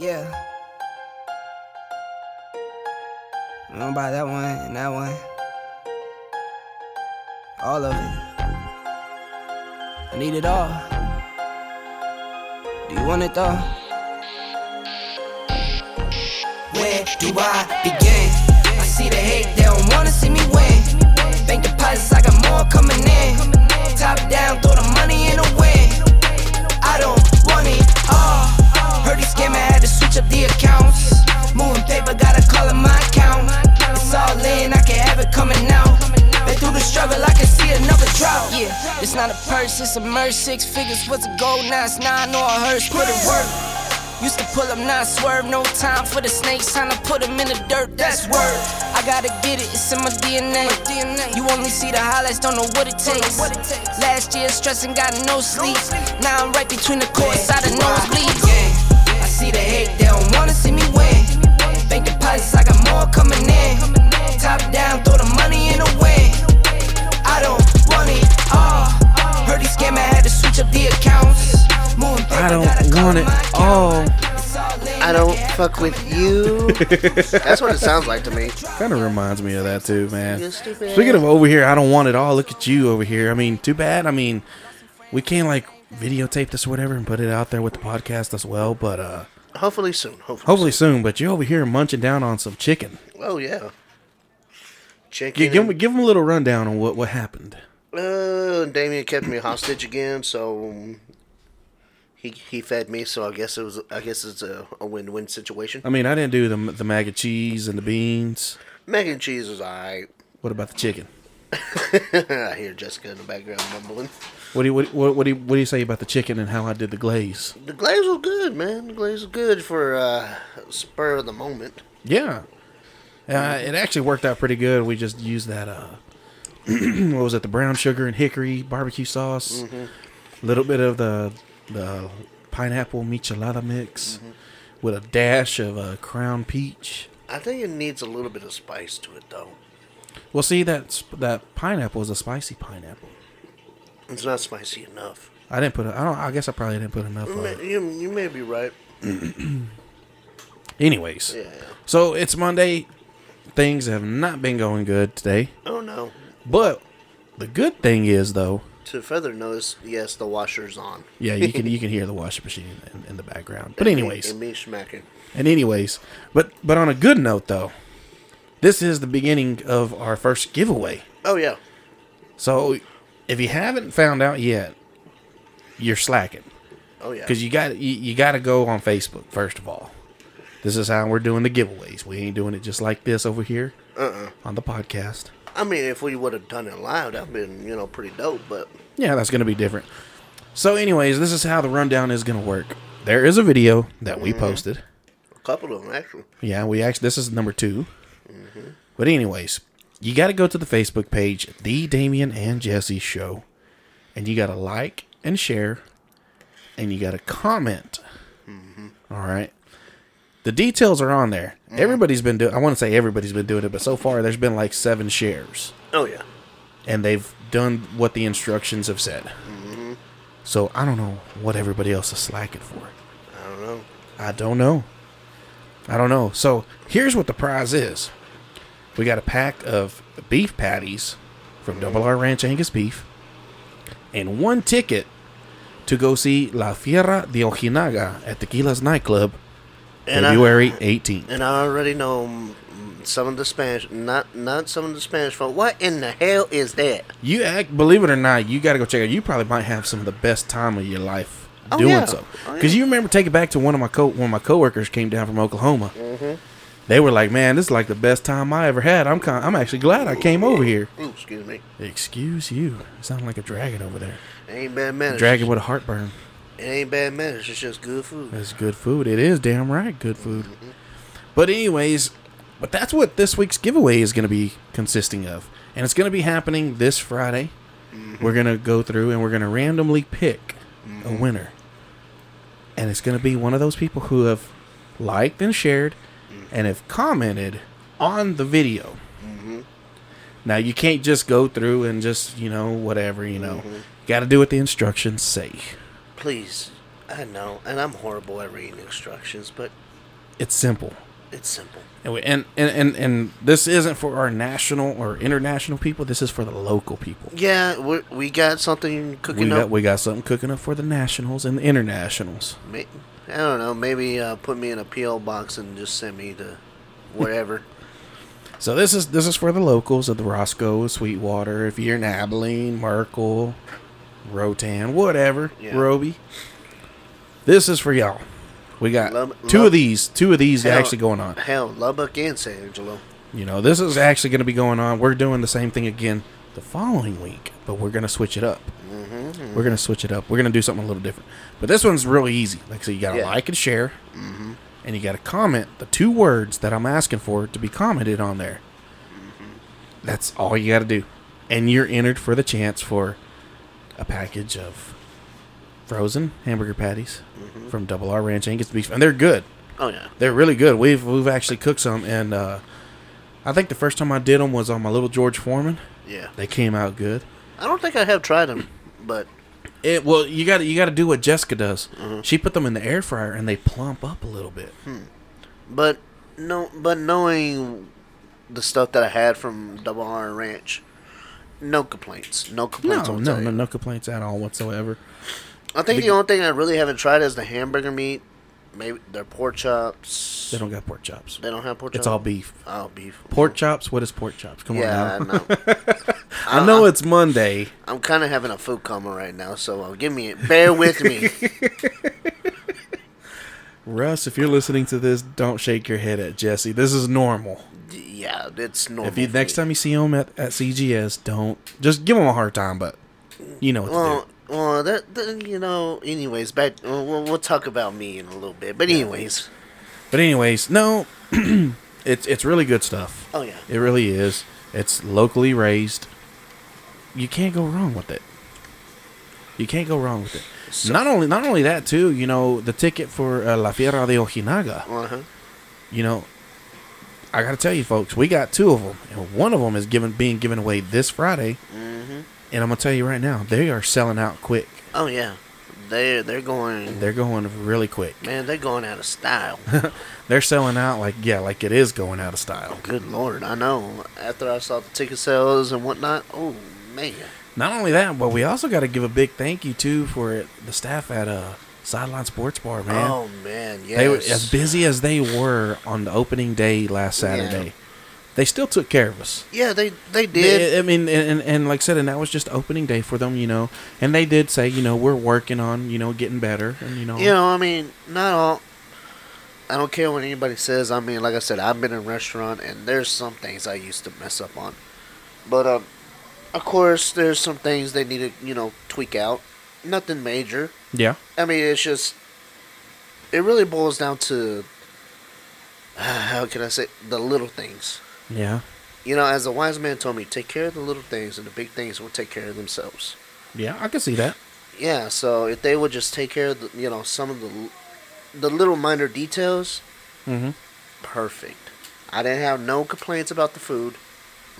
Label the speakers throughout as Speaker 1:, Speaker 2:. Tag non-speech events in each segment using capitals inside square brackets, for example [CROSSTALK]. Speaker 1: Yeah. I don't buy that one and that one. All of it. I need it all. Do you want it though? Where do I begin? I see the hate, they don't wanna see me win. Bank deposits, I got more coming in. Top down, throw the money in the wind. I don't want it all. Heard he scamming, had to switch up the accounts. Moving paper, gotta call it my account. It's all in, I can have it coming out. Been through the struggle, I can see another drought. Yeah, it's not a purse, it's a merch. Six figures was a gold, now it's nine or a hearse. Put it work. Used to pull up, now I swerve. No time for the snakes, time to put 'em in the dirt. That's word. I gotta get it, it's in my DNA. You only see the highlights, don't know what it takes. Last year, stressing, got no sleep. Now I'm right between the courts, out of nosebleeds. Yeah, I see the hate, they don't wanna see me win. Bank deposits, I got more coming in. Top down, throw the money in the wind. I don't want it all. Heard these scammer had to switch up the accounts. Moving paper,
Speaker 2: I
Speaker 1: gotta
Speaker 2: don't
Speaker 1: call
Speaker 2: want it
Speaker 1: my account.
Speaker 2: all.
Speaker 3: I don't fuck with you. That's what it sounds like to me.
Speaker 2: Kind of reminds me of that too, man.
Speaker 3: You're stupid.
Speaker 2: Speaking of over here, I don't want it all. Look at you over here. I mean, too bad. I mean, we can't like videotape this or whatever and put it out there with the podcast as well. But uh
Speaker 3: Hopefully soon. Hopefully.
Speaker 2: hopefully soon. But you over here munching down on some chicken.
Speaker 3: Oh yeah. Chicken.
Speaker 2: Give, give, 'em- give 'em a little rundown on what what happened.
Speaker 3: Uh, Damien kept me hostage again, so um, he he fed me. So I guess it was I guess it's a, a win win situation.
Speaker 2: I mean, I didn't do the the mac and cheese and the beans.
Speaker 3: Mac and cheese is alright. [LAUGHS]
Speaker 2: What about the chicken?
Speaker 3: I hear Jessica in the background mumbling.
Speaker 2: What do you what, what, what do you, what do you say about the chicken and how I did the glaze?
Speaker 3: The glaze was good, man. The glaze was good for uh, spur of the moment.
Speaker 2: Yeah, uh, it actually worked out pretty good. We just used that uh, [CLEARS THROAT] what was it? The brown sugar and hickory barbecue sauce, a little bit of the the pineapple michelada mix, with a dash of uh, crown peach.
Speaker 3: I think it needs a little bit of spice to it, though.
Speaker 2: Well, see that sp- that pineapple is a spicy pineapple.
Speaker 3: It's not spicy enough.
Speaker 2: I didn't put. A, I don't. I guess I probably didn't put enough.
Speaker 3: You
Speaker 2: on
Speaker 3: may,
Speaker 2: it.
Speaker 3: you, you may be right.
Speaker 2: Anyways,
Speaker 3: Yeah.
Speaker 2: so it's Monday. Things have not been going good today,
Speaker 3: Oh no.
Speaker 2: but the good thing is though,
Speaker 3: To further notice, yes, the washer's on.
Speaker 2: yeah, you can you can hear the washing machine in, in the background. But anyways,
Speaker 3: And me smacking.
Speaker 2: and anyways, but but on a good note though, this is the beginning of our first giveaway.
Speaker 3: Oh yeah.
Speaker 2: So if you haven't found out yet, you're slacking.
Speaker 3: Oh yeah.
Speaker 2: because you got you, you got to go on Facebook first of all. This is how we're doing the giveaways. We ain't doing it just like this over here
Speaker 3: Uh-uh.
Speaker 2: on the podcast.
Speaker 3: I mean, if we would have done it live, that'd been you know pretty dope. But
Speaker 2: Yeah, that's gonna be different. So, anyways, this is how the rundown is gonna work. There is a video that
Speaker 3: Mm-hmm.
Speaker 2: we posted.
Speaker 3: a couple of them actually.
Speaker 2: Yeah, we actually this is number 2 But anyways, you got to go to the Facebook page, the Damien and Jesse Show, and you got to like and share, and you got to comment. All right. The details are on there. Everybody's been doing. I want to say everybody's been doing it, but so far there's been like seven shares,
Speaker 3: Oh yeah.
Speaker 2: and they've done what the instructions have said. So I don't know what everybody else is slacking for.
Speaker 3: I don't know.
Speaker 2: I don't know. I don't know. So here's what the prize is. We got a pack of beef patties from Double R Ranch Angus Beef and one ticket to go see La Fiera de Ojinaga at Tequila's nightclub
Speaker 3: And I-
Speaker 2: February 18th.
Speaker 3: And I already know mm, some of the Spanish. Not not some of the Spanish folk. What in the hell is that?
Speaker 2: You act, believe it or not, you got to go check it out. You probably might have some of the best time of your life
Speaker 3: Oh,
Speaker 2: doing
Speaker 3: yeah.
Speaker 2: so.
Speaker 3: Oh, yeah.
Speaker 2: Because you remember taking back to one of my co one of my coworkers came down from Oklahoma.
Speaker 3: Mm-hmm.
Speaker 2: They were like, "Man, this is like the best time I ever had. I'm kind, I'm actually glad I came over here."
Speaker 3: Ooh, excuse me.
Speaker 2: Excuse you, you sound like a dragon over there.
Speaker 3: It ain't bad manners.
Speaker 2: Dragon with a heartburn.
Speaker 3: It ain't bad manners. It's just good food.
Speaker 2: That's good food. It is damn right good food. But anyways, but that's what this week's giveaway is going to be consisting of, and it's going to be happening this Friday. We're going to go through and we're going to randomly pick a winner, and it's going to be one of those people who have liked and shared and have commented on the video. Now you can't just go through and just you know whatever you know. Got to do what the instructions say.
Speaker 3: Please. I know, and I'm horrible at reading instructions, but
Speaker 2: It's simple.
Speaker 3: It's simple.
Speaker 2: And, we, and, and, and, and this isn't for our national or international people. This is for the local people.
Speaker 3: Yeah, we we got something
Speaker 2: We
Speaker 3: cooking
Speaker 2: got,
Speaker 3: up.
Speaker 2: we got something cooking up for the nationals and the internationals.
Speaker 3: May- I don't know. Maybe uh, put me in a PO box and just send me to
Speaker 2: [LAUGHS]
Speaker 3: wherever.
Speaker 2: So this is this is for the locals of the Roscoe, Sweetwater. If you're in Abilene, Merkel, Rotan, whatever,
Speaker 3: Yeah.
Speaker 2: Roby. This is for y'all. We got
Speaker 3: Lub-
Speaker 2: two
Speaker 3: lub-
Speaker 2: of these. Two of these
Speaker 3: Hell-
Speaker 2: actually going on.
Speaker 3: Hell, Lubbock and San Angelo.
Speaker 2: You know, this is actually going to be going on. We're doing the same thing again the following week, but we're going to switch it up. We're going to switch it up. We're going to do something a little different. But this one's really easy. Like I said, you got to
Speaker 3: Yeah.
Speaker 2: like and share, and you got to comment the two words that I'm asking for to be commented on there. That's all you got to do, and you're entered for the chance for a package of frozen hamburger patties from Double R Ranch Angus Beef, and they're good.
Speaker 3: Oh yeah.
Speaker 2: They're really good. We've we've actually cooked some, and uh, I think the first time I did them was on my little George Foreman.
Speaker 3: Yeah.
Speaker 2: They came out good.
Speaker 3: I don't think I have tried them, but
Speaker 2: It well, you got to you got to do what Jessica does.
Speaker 3: Mm-hmm.
Speaker 2: She put them in the air fryer, and they plump up a little bit.
Speaker 3: Hmm. but no, but knowing the stuff that I had from Double R Ranch, no complaints. No
Speaker 2: No,
Speaker 3: complaints.
Speaker 2: no,
Speaker 3: whatsoever.
Speaker 2: no, no complaints at all whatsoever.
Speaker 3: I think the only thing I really haven't tried is the hamburger meat. Maybe their pork chops.
Speaker 2: They don't got pork chops.
Speaker 3: They don't have pork chops.
Speaker 2: It's all beef.
Speaker 3: Oh, beef.
Speaker 2: Pork chops. What is pork chops? Come
Speaker 3: Yeah, I
Speaker 2: on now.
Speaker 3: know.
Speaker 2: [LAUGHS] I know it's Monday.
Speaker 3: I'm kind of having a food coma right now, so uh, give me it. Bear
Speaker 2: [LAUGHS]
Speaker 3: with me.
Speaker 2: Russ, if you're listening to this, don't shake your head at Jesse. This is normal.
Speaker 3: yeah, it's normal.
Speaker 2: If you
Speaker 3: for
Speaker 2: next
Speaker 3: me.
Speaker 2: time you see him at, at CGS, don't just give him a hard time, but you know what to do.
Speaker 3: Well, well, that, that- you know. Anyways, back. We'll, we'll we'll talk about me in a little bit. But anyways,
Speaker 2: But anyways, no, [CLEARS THROAT] it's it's really good stuff.
Speaker 3: oh yeah,
Speaker 2: It really is. It's locally raised. You can't go wrong with it. You can't go wrong with it. not only not only that too, you know, the ticket for uh, La Fiera de Ojinaga.
Speaker 3: uh huh.
Speaker 2: You know, I got to tell you folks, we got two of them, and one of them is given being given away this Friday. And I'm gonna tell you right now, they are selling out quick.
Speaker 3: Mm-hmm. Oh yeah, they're they're going.
Speaker 2: They're going really quick. [LAUGHS]
Speaker 3: man, they're going out of style.
Speaker 2: They're selling out like yeah, like it is going out of style.
Speaker 3: Good lord, I know. After I saw the ticket sales and whatnot, oh man,
Speaker 2: Not only that, but we also got to give a big thank you too for the staff at uh, Sideline Sports Bar, man.
Speaker 3: oh man, yes.
Speaker 2: They were as busy as they were on the opening day last
Speaker 3: Yeah.
Speaker 2: Saturday. They still took care of us.
Speaker 3: Yeah, they they did.
Speaker 2: They- I mean, and, and, and like I said, and that was just opening day for them, you know. And they did say, you know, we're working on, you know, getting better, and you know,
Speaker 3: You know, I mean, not all. I don't care what anybody says. I mean, like I said, I've been in restaurant, and there's some things I used to mess up on. But um, of course, there's some things they need to you know tweak out. Nothing major.
Speaker 2: yeah,
Speaker 3: I mean, it's just. It really boils down to. [SIGHS] How can I say the little things?
Speaker 2: yeah,
Speaker 3: You know, as a wise man told me, take care of the little things, and the big things will take care of themselves.
Speaker 2: yeah. I can see that.
Speaker 3: Yeah, so if they would just take care of the, you know some of the l- the little minor details,
Speaker 2: Mm-hmm.
Speaker 3: perfect. I didn't have no complaints about the food.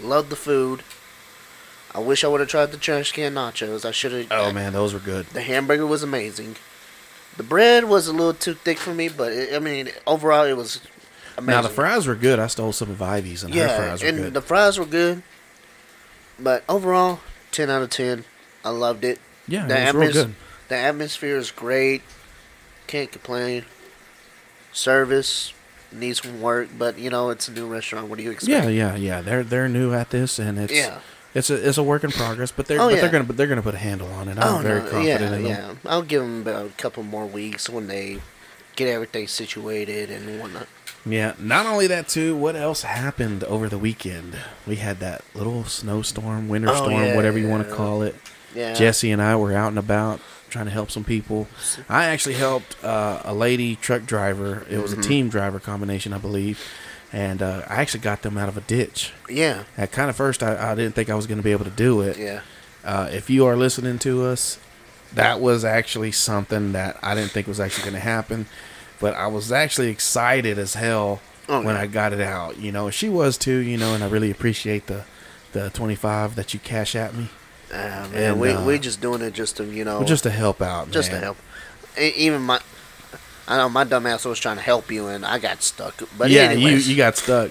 Speaker 3: Loved the food. I wish I would have tried the trash can nachos. I should have.
Speaker 2: Oh man, those were good.
Speaker 3: The hamburger was amazing. The bread was a little too thick for me, but it, I mean, overall, it was
Speaker 2: Now
Speaker 3: amazing.
Speaker 2: the fries were good. I stole some of Ivy's, and her
Speaker 3: yeah,
Speaker 2: fries were
Speaker 3: and
Speaker 2: good.
Speaker 3: the fries were good. But overall, ten out of ten. I loved it.
Speaker 2: yeah,
Speaker 3: the
Speaker 2: it was real
Speaker 3: atmos-
Speaker 2: good.
Speaker 3: The atmosphere is great. Can't complain. Service needs some work, but you know it's a new restaurant. What do you expect?
Speaker 2: Yeah, yeah, yeah. They're they're new at this, and it's
Speaker 3: Yeah.
Speaker 2: it's a it's a work in progress. But they're
Speaker 3: Oh,
Speaker 2: but
Speaker 3: yeah.
Speaker 2: they're gonna they're gonna put a handle on it. I'm
Speaker 3: Oh
Speaker 2: very
Speaker 3: no,
Speaker 2: confident
Speaker 3: yeah,
Speaker 2: in them.
Speaker 3: yeah. I'll give them about a couple more weeks when they get everything situated and whatnot.
Speaker 2: Yeah. Not only that too. What else happened over the weekend? We had that little snowstorm, winter
Speaker 3: Oh,
Speaker 2: storm,
Speaker 3: yeah,
Speaker 2: whatever you want to
Speaker 3: yeah.
Speaker 2: call it.
Speaker 3: Yeah.
Speaker 2: Jesse and I were out and about trying to help some people. I actually helped uh, a lady truck driver. It was a
Speaker 3: Mm-hmm.
Speaker 2: team driver combination, I believe, and uh, I actually got them out of a ditch.
Speaker 3: Yeah.
Speaker 2: At kind of first, I, I didn't think I was going to be able to do it.
Speaker 3: Yeah.
Speaker 2: Uh, if you are listening to us, that was actually something that I didn't think was actually going to happen, but I was actually excited as hell
Speaker 3: Oh,
Speaker 2: when
Speaker 3: yeah.
Speaker 2: I got it out. You know, she was too. You know, and I really appreciate the the twenty five that you cash at me,
Speaker 3: Ah, man,
Speaker 2: And,
Speaker 3: we
Speaker 2: uh,
Speaker 3: we Oh, just doing it just to you know
Speaker 2: just to help out.
Speaker 3: just to
Speaker 2: man.
Speaker 3: help. E- Even my I know my dumbass was trying to help you, and I got stuck. But
Speaker 2: yeah,
Speaker 3: anyways,
Speaker 2: you you got stuck.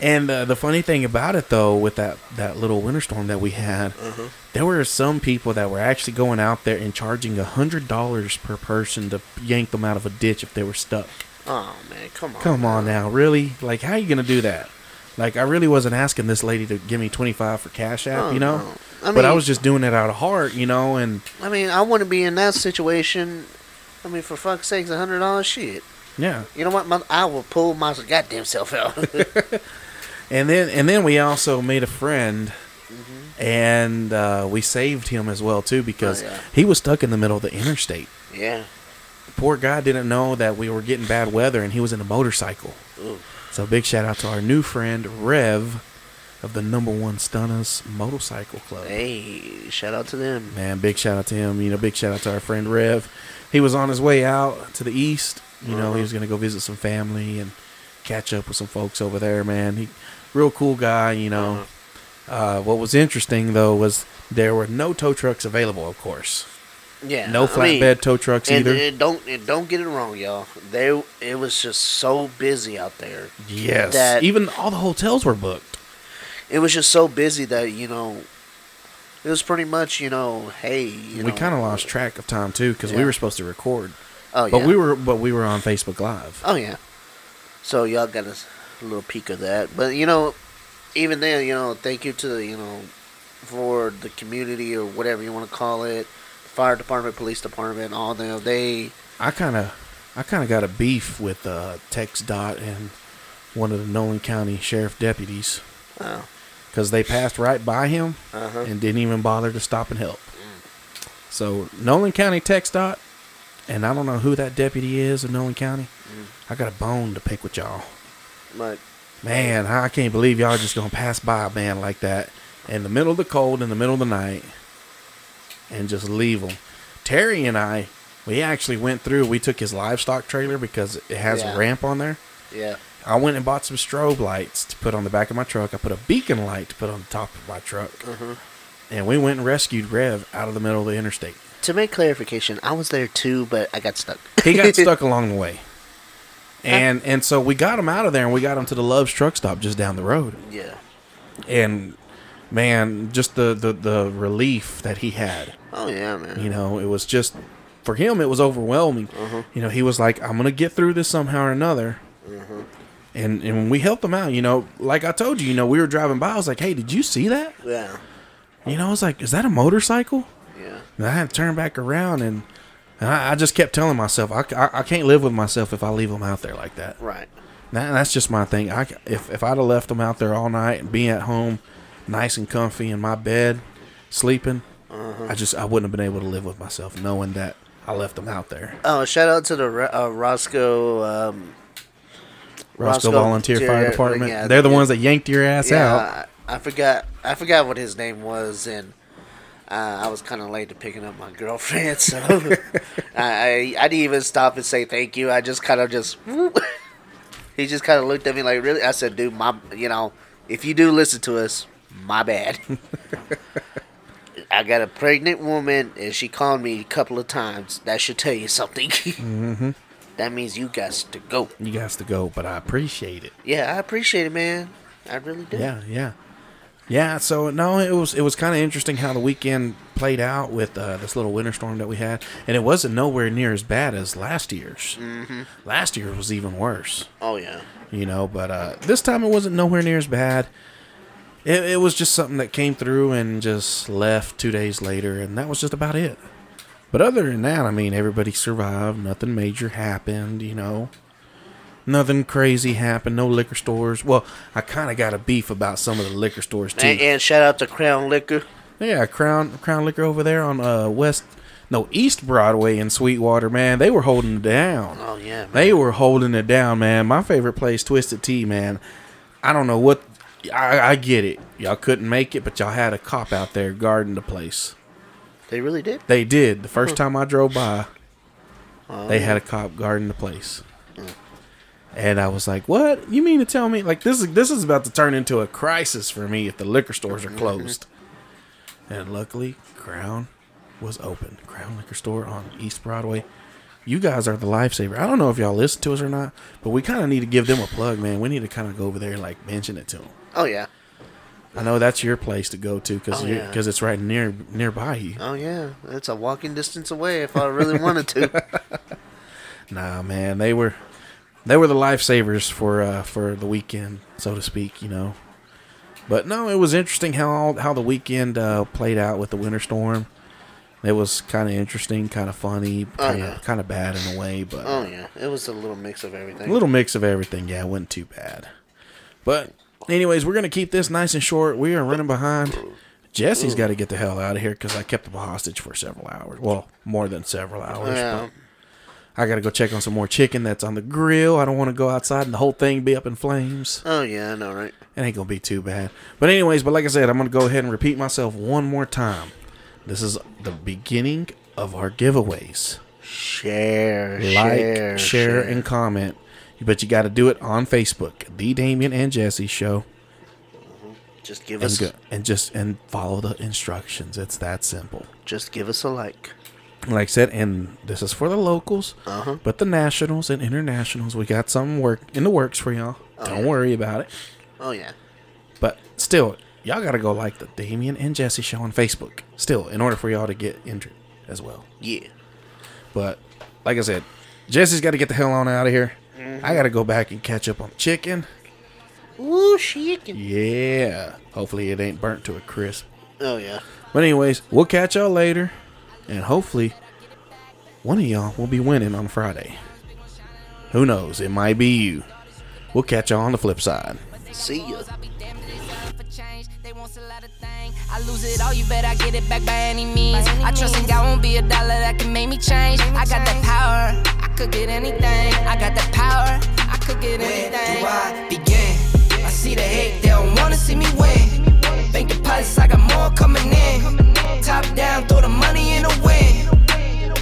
Speaker 2: And uh, the funny thing about it, though, with that that little winter storm that we had,
Speaker 3: Mm-hmm.
Speaker 2: there were some people that were actually going out there and charging a hundred dollars per person to yank them out of a ditch if they were stuck.
Speaker 3: Oh man, come on.
Speaker 2: Come on now, really? Like, how you gonna do that? Like, I really wasn't asking this lady to give me twenty five for Cash App,
Speaker 3: No,
Speaker 2: you know.
Speaker 3: Oh, no. I
Speaker 2: but I
Speaker 3: mean-
Speaker 2: was just doing it out of heart, you know, and
Speaker 3: I mean, I wouldn't be in that situation. I mean, for fuck's sakes, a hundred dollars, shit.
Speaker 2: yeah.
Speaker 3: You know what? My, I will pull my goddamn self out. [LAUGHS]
Speaker 2: And then and then we also made a friend, and uh, we saved him as well too because
Speaker 3: Mm-hmm. Oh, yeah.
Speaker 2: he was stuck in the middle of the interstate.
Speaker 3: yeah.
Speaker 2: The poor guy didn't know that we were getting bad weather, and he was in a motorcycle.
Speaker 3: Ooh.
Speaker 2: So big shout out to our new friend Rev, of the number one Stunners Motorcycle Club.
Speaker 3: Hey, shout out to them.
Speaker 2: Man, big shout out to him. You know, big shout out to our friend Rev. He was on his way out to the east. You know,
Speaker 3: Uh-huh.
Speaker 2: he was gonna go visit some family and catch up with some folks over there. Man, he real cool guy. You know,
Speaker 3: Uh-huh.
Speaker 2: uh, what was interesting though was there were no tow trucks available. Of course,
Speaker 3: Yeah.
Speaker 2: no
Speaker 3: I mean,
Speaker 2: flatbed tow trucks
Speaker 3: and,
Speaker 2: either.
Speaker 3: and don't and don't get it wrong, y'all. They it was just so busy out there.
Speaker 2: yes,
Speaker 3: that-
Speaker 2: even all the hotels were booked.
Speaker 3: It was just so busy that you know. It was pretty much you know, hey. You
Speaker 2: we
Speaker 3: know-
Speaker 2: kind of lost track of time too because we
Speaker 3: Yeah.
Speaker 2: were supposed to record,
Speaker 3: Oh
Speaker 2: but
Speaker 3: yeah.
Speaker 2: we were but we were on Facebook Live.
Speaker 3: Oh yeah. So y'all got a s- little peek of that, but you know, even then, you know, thank you to the, you know, for the community or whatever you want to call it, fire department, police department, all them. They
Speaker 2: I kind of, I kind of got a beef with uh, Tex Dot and one of the Nolan County sheriff deputies
Speaker 3: oh,
Speaker 2: because they passed right by him
Speaker 3: Uh-huh.
Speaker 2: and didn't even bother to stop and help. So Nolan County Tex Dot, and I don't know who that deputy is in Nolan County. I got a bone to pick with y'all,
Speaker 3: but
Speaker 2: man. I can't believe y'all just gonna pass by a man like that in the middle of the cold, in the middle of the night, and just leave him. Terry and I. We actually went through. We took his livestock trailer because it has
Speaker 3: Yeah.
Speaker 2: a ramp on there.
Speaker 3: yeah,
Speaker 2: I went and bought some strobe lights to put on the back of my truck. I put a beacon light to put on the top of my truck. And we went and rescued Rev out of the middle of the interstate.
Speaker 3: to make clarification, I was there too, but I got stuck.
Speaker 2: [LAUGHS] He
Speaker 3: [LAUGHS]
Speaker 2: got stuck along the way. And and so we got him out of there and we got him to the Love's truck stop just down the road.
Speaker 3: yeah.
Speaker 2: And man, just the the, the relief that he had.
Speaker 3: Oh yeah, man.
Speaker 2: You know, it was just for him. It was overwhelming. You know, he was like, "I'm gonna get through this somehow or another." And and we helped him out. You know, like I told you, you know, we were driving by. I was like, "Hey, did you see that?"
Speaker 3: Yeah.
Speaker 2: You know, I was like, "Is that a motorcycle?"
Speaker 3: Yeah.
Speaker 2: And I had to turn back around and. And I, I just kept telling myself I, c- I- I can't live with myself if I leave them out there like that.
Speaker 3: Right.
Speaker 2: That- that's just my thing. I c if if I'd have left them out there all night and be at home, nice and comfy in my bed, sleeping,
Speaker 3: Uh-huh.
Speaker 2: I just I wouldn't have been able to live with myself knowing that I left them out there.
Speaker 3: Oh, shout out to the Ro- uh, Roscoe. Um,
Speaker 2: Roscoe,
Speaker 3: Roscoe
Speaker 2: Volunteer Fire
Speaker 3: Volunteer,
Speaker 2: Department.
Speaker 3: yeah,
Speaker 2: They're the
Speaker 3: yeah.
Speaker 2: ones that yanked your ass out.
Speaker 3: I, I forgot. I forgot what his name was, and uh, I was kind of late to picking up my girlfriend, [LAUGHS] so I, I I didn't even stop and say thank you. I just kind of just. [LAUGHS] he just kind of looked at me like, really? I said, dude, my, you know, if you do listen to us, my bad. [LAUGHS] I got a pregnant woman, and she called me a couple of times. That should tell you something. [LAUGHS]
Speaker 2: Mm-hmm.
Speaker 3: That means you got to go.
Speaker 2: You guys to go, but I appreciate it.
Speaker 3: Yeah, I appreciate it, man. I really do.
Speaker 2: Yeah, yeah, yeah. So no, it was it was kind of interesting how the weekend played out with uh, this little winter storm that we had, and it wasn't nowhere near as bad as last year's. Mm-hmm. Last year was even worse.
Speaker 3: Oh yeah.
Speaker 2: you know. But uh, this time it wasn't nowhere near as bad. It, it was just something that came through and just left two days later, and that was just about it. But other than that, I mean, everybody survived. Nothing major happened, you know. Nothing crazy happened. No liquor stores. Well, I kind of got a beef about some of the liquor stores too.
Speaker 3: And, and shout out to Crown Liquor.
Speaker 2: Yeah, Crown Crown Liquor over there on uh West, no East Broadway in Sweetwater. Man, they were holding it down.
Speaker 3: Oh yeah, man.
Speaker 2: They were holding it down, man. My favorite place, Twisted Tea, man. I don't know what. I, I get it. Y'all couldn't make it, but y'all had a cop out there guarding the place.
Speaker 3: They really did.
Speaker 2: They did. The
Speaker 3: Hmm.
Speaker 2: first time I drove by,
Speaker 3: Oh.
Speaker 2: they had a cop guarding the place. And I was like, "What? You mean to tell me like this is this is about to turn into a crisis for me if the liquor stores are
Speaker 3: [LAUGHS]
Speaker 2: closed?" and luckily, Crown was open. Crown Liquor Store on East Broadway. You guys are the lifesaver. I don't know if y'all listen to us or not, but we kind of need to give them a plug, man. We need to kind of go over there and like mention it to them.
Speaker 3: Oh yeah.
Speaker 2: I know that's your place to go to because
Speaker 3: Oh, yeah.
Speaker 2: it's right near nearby you.
Speaker 3: Oh yeah. It's a walking distance away if I really wanted to.
Speaker 2: [LAUGHS] Nah, man, they were they were the lifesavers for uh, for the weekend, so to speak, you know. But no, it was interesting how how the weekend uh, played out with the winter storm. It was kind of interesting, kind of funny,
Speaker 3: Oh,
Speaker 2: kind
Speaker 3: yeah.
Speaker 2: of bad in a way, but
Speaker 3: Oh yeah. It was a little mix of everything.
Speaker 2: a little mix of everything. Yeah, it wasn't too bad. But anyways, we're gonna keep this nice and short. We are running behind. Jesse's got to get the hell out of here because I kept him hostage for several hours. Well, more than several hours.
Speaker 3: Yeah.
Speaker 2: But I got to go check on some more chicken that's on the grill. I don't want to go outside and the whole thing be up in flames.
Speaker 3: Oh yeah. I know, right?
Speaker 2: It ain't gonna be too bad. But anyways, but like I said, I'm gonna go ahead and repeat myself one more time. This is the beginning of our giveaways
Speaker 3: Share.
Speaker 2: like,
Speaker 3: share,
Speaker 2: share, and comment. But you got to do it on Facebook, The Damien and Jesse Show,
Speaker 3: just give
Speaker 2: and,
Speaker 3: us
Speaker 2: go, and just and follow the instructions. It's that simple.
Speaker 3: just give us a like.
Speaker 2: Like I said, and this is for the locals,
Speaker 3: Uh-huh.
Speaker 2: but the nationals and internationals, we got some work in the works for y'all. Don't worry about it.
Speaker 3: Oh yeah.
Speaker 2: But still, y'all got to go like the Damien and Jesse Show on Facebook. Still, in order for y'all to get entered as well.
Speaker 3: Yeah.
Speaker 2: But like I said, Jesse's got to get the hell on out of here. I got to go back and catch up on chicken.
Speaker 3: Ooh, chicken.
Speaker 2: Yeah. Hopefully it ain't burnt to a crisp.
Speaker 3: Oh yeah.
Speaker 2: But anyways, we'll catch y'all later, and hopefully, one of y'all will be winning on Friday. Who knows? It might be you. We'll catch y'all on the flip side.
Speaker 3: See ya.
Speaker 4: I'll be damned if it's up for change. They want a lot of things. I lose it all, you bet I get it back by any means. I trust in God won't be a dollar that can make me change. I got that power, I could get anything. I got that power, I could get
Speaker 1: Where do
Speaker 4: anything.
Speaker 1: I begin? I see the hate, they don't wanna see me win. Bank deposits, I got more coming in. Top down, throw the money in the wind.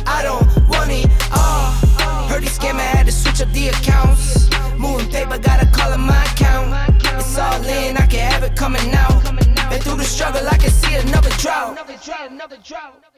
Speaker 1: I don't want it all. Heard these scammer had to switch up the accounts. Moving paper, gotta call it my account. It's all in, I can have it coming out. And through the struggle, I can see another drought.
Speaker 4: Another drought, another drought.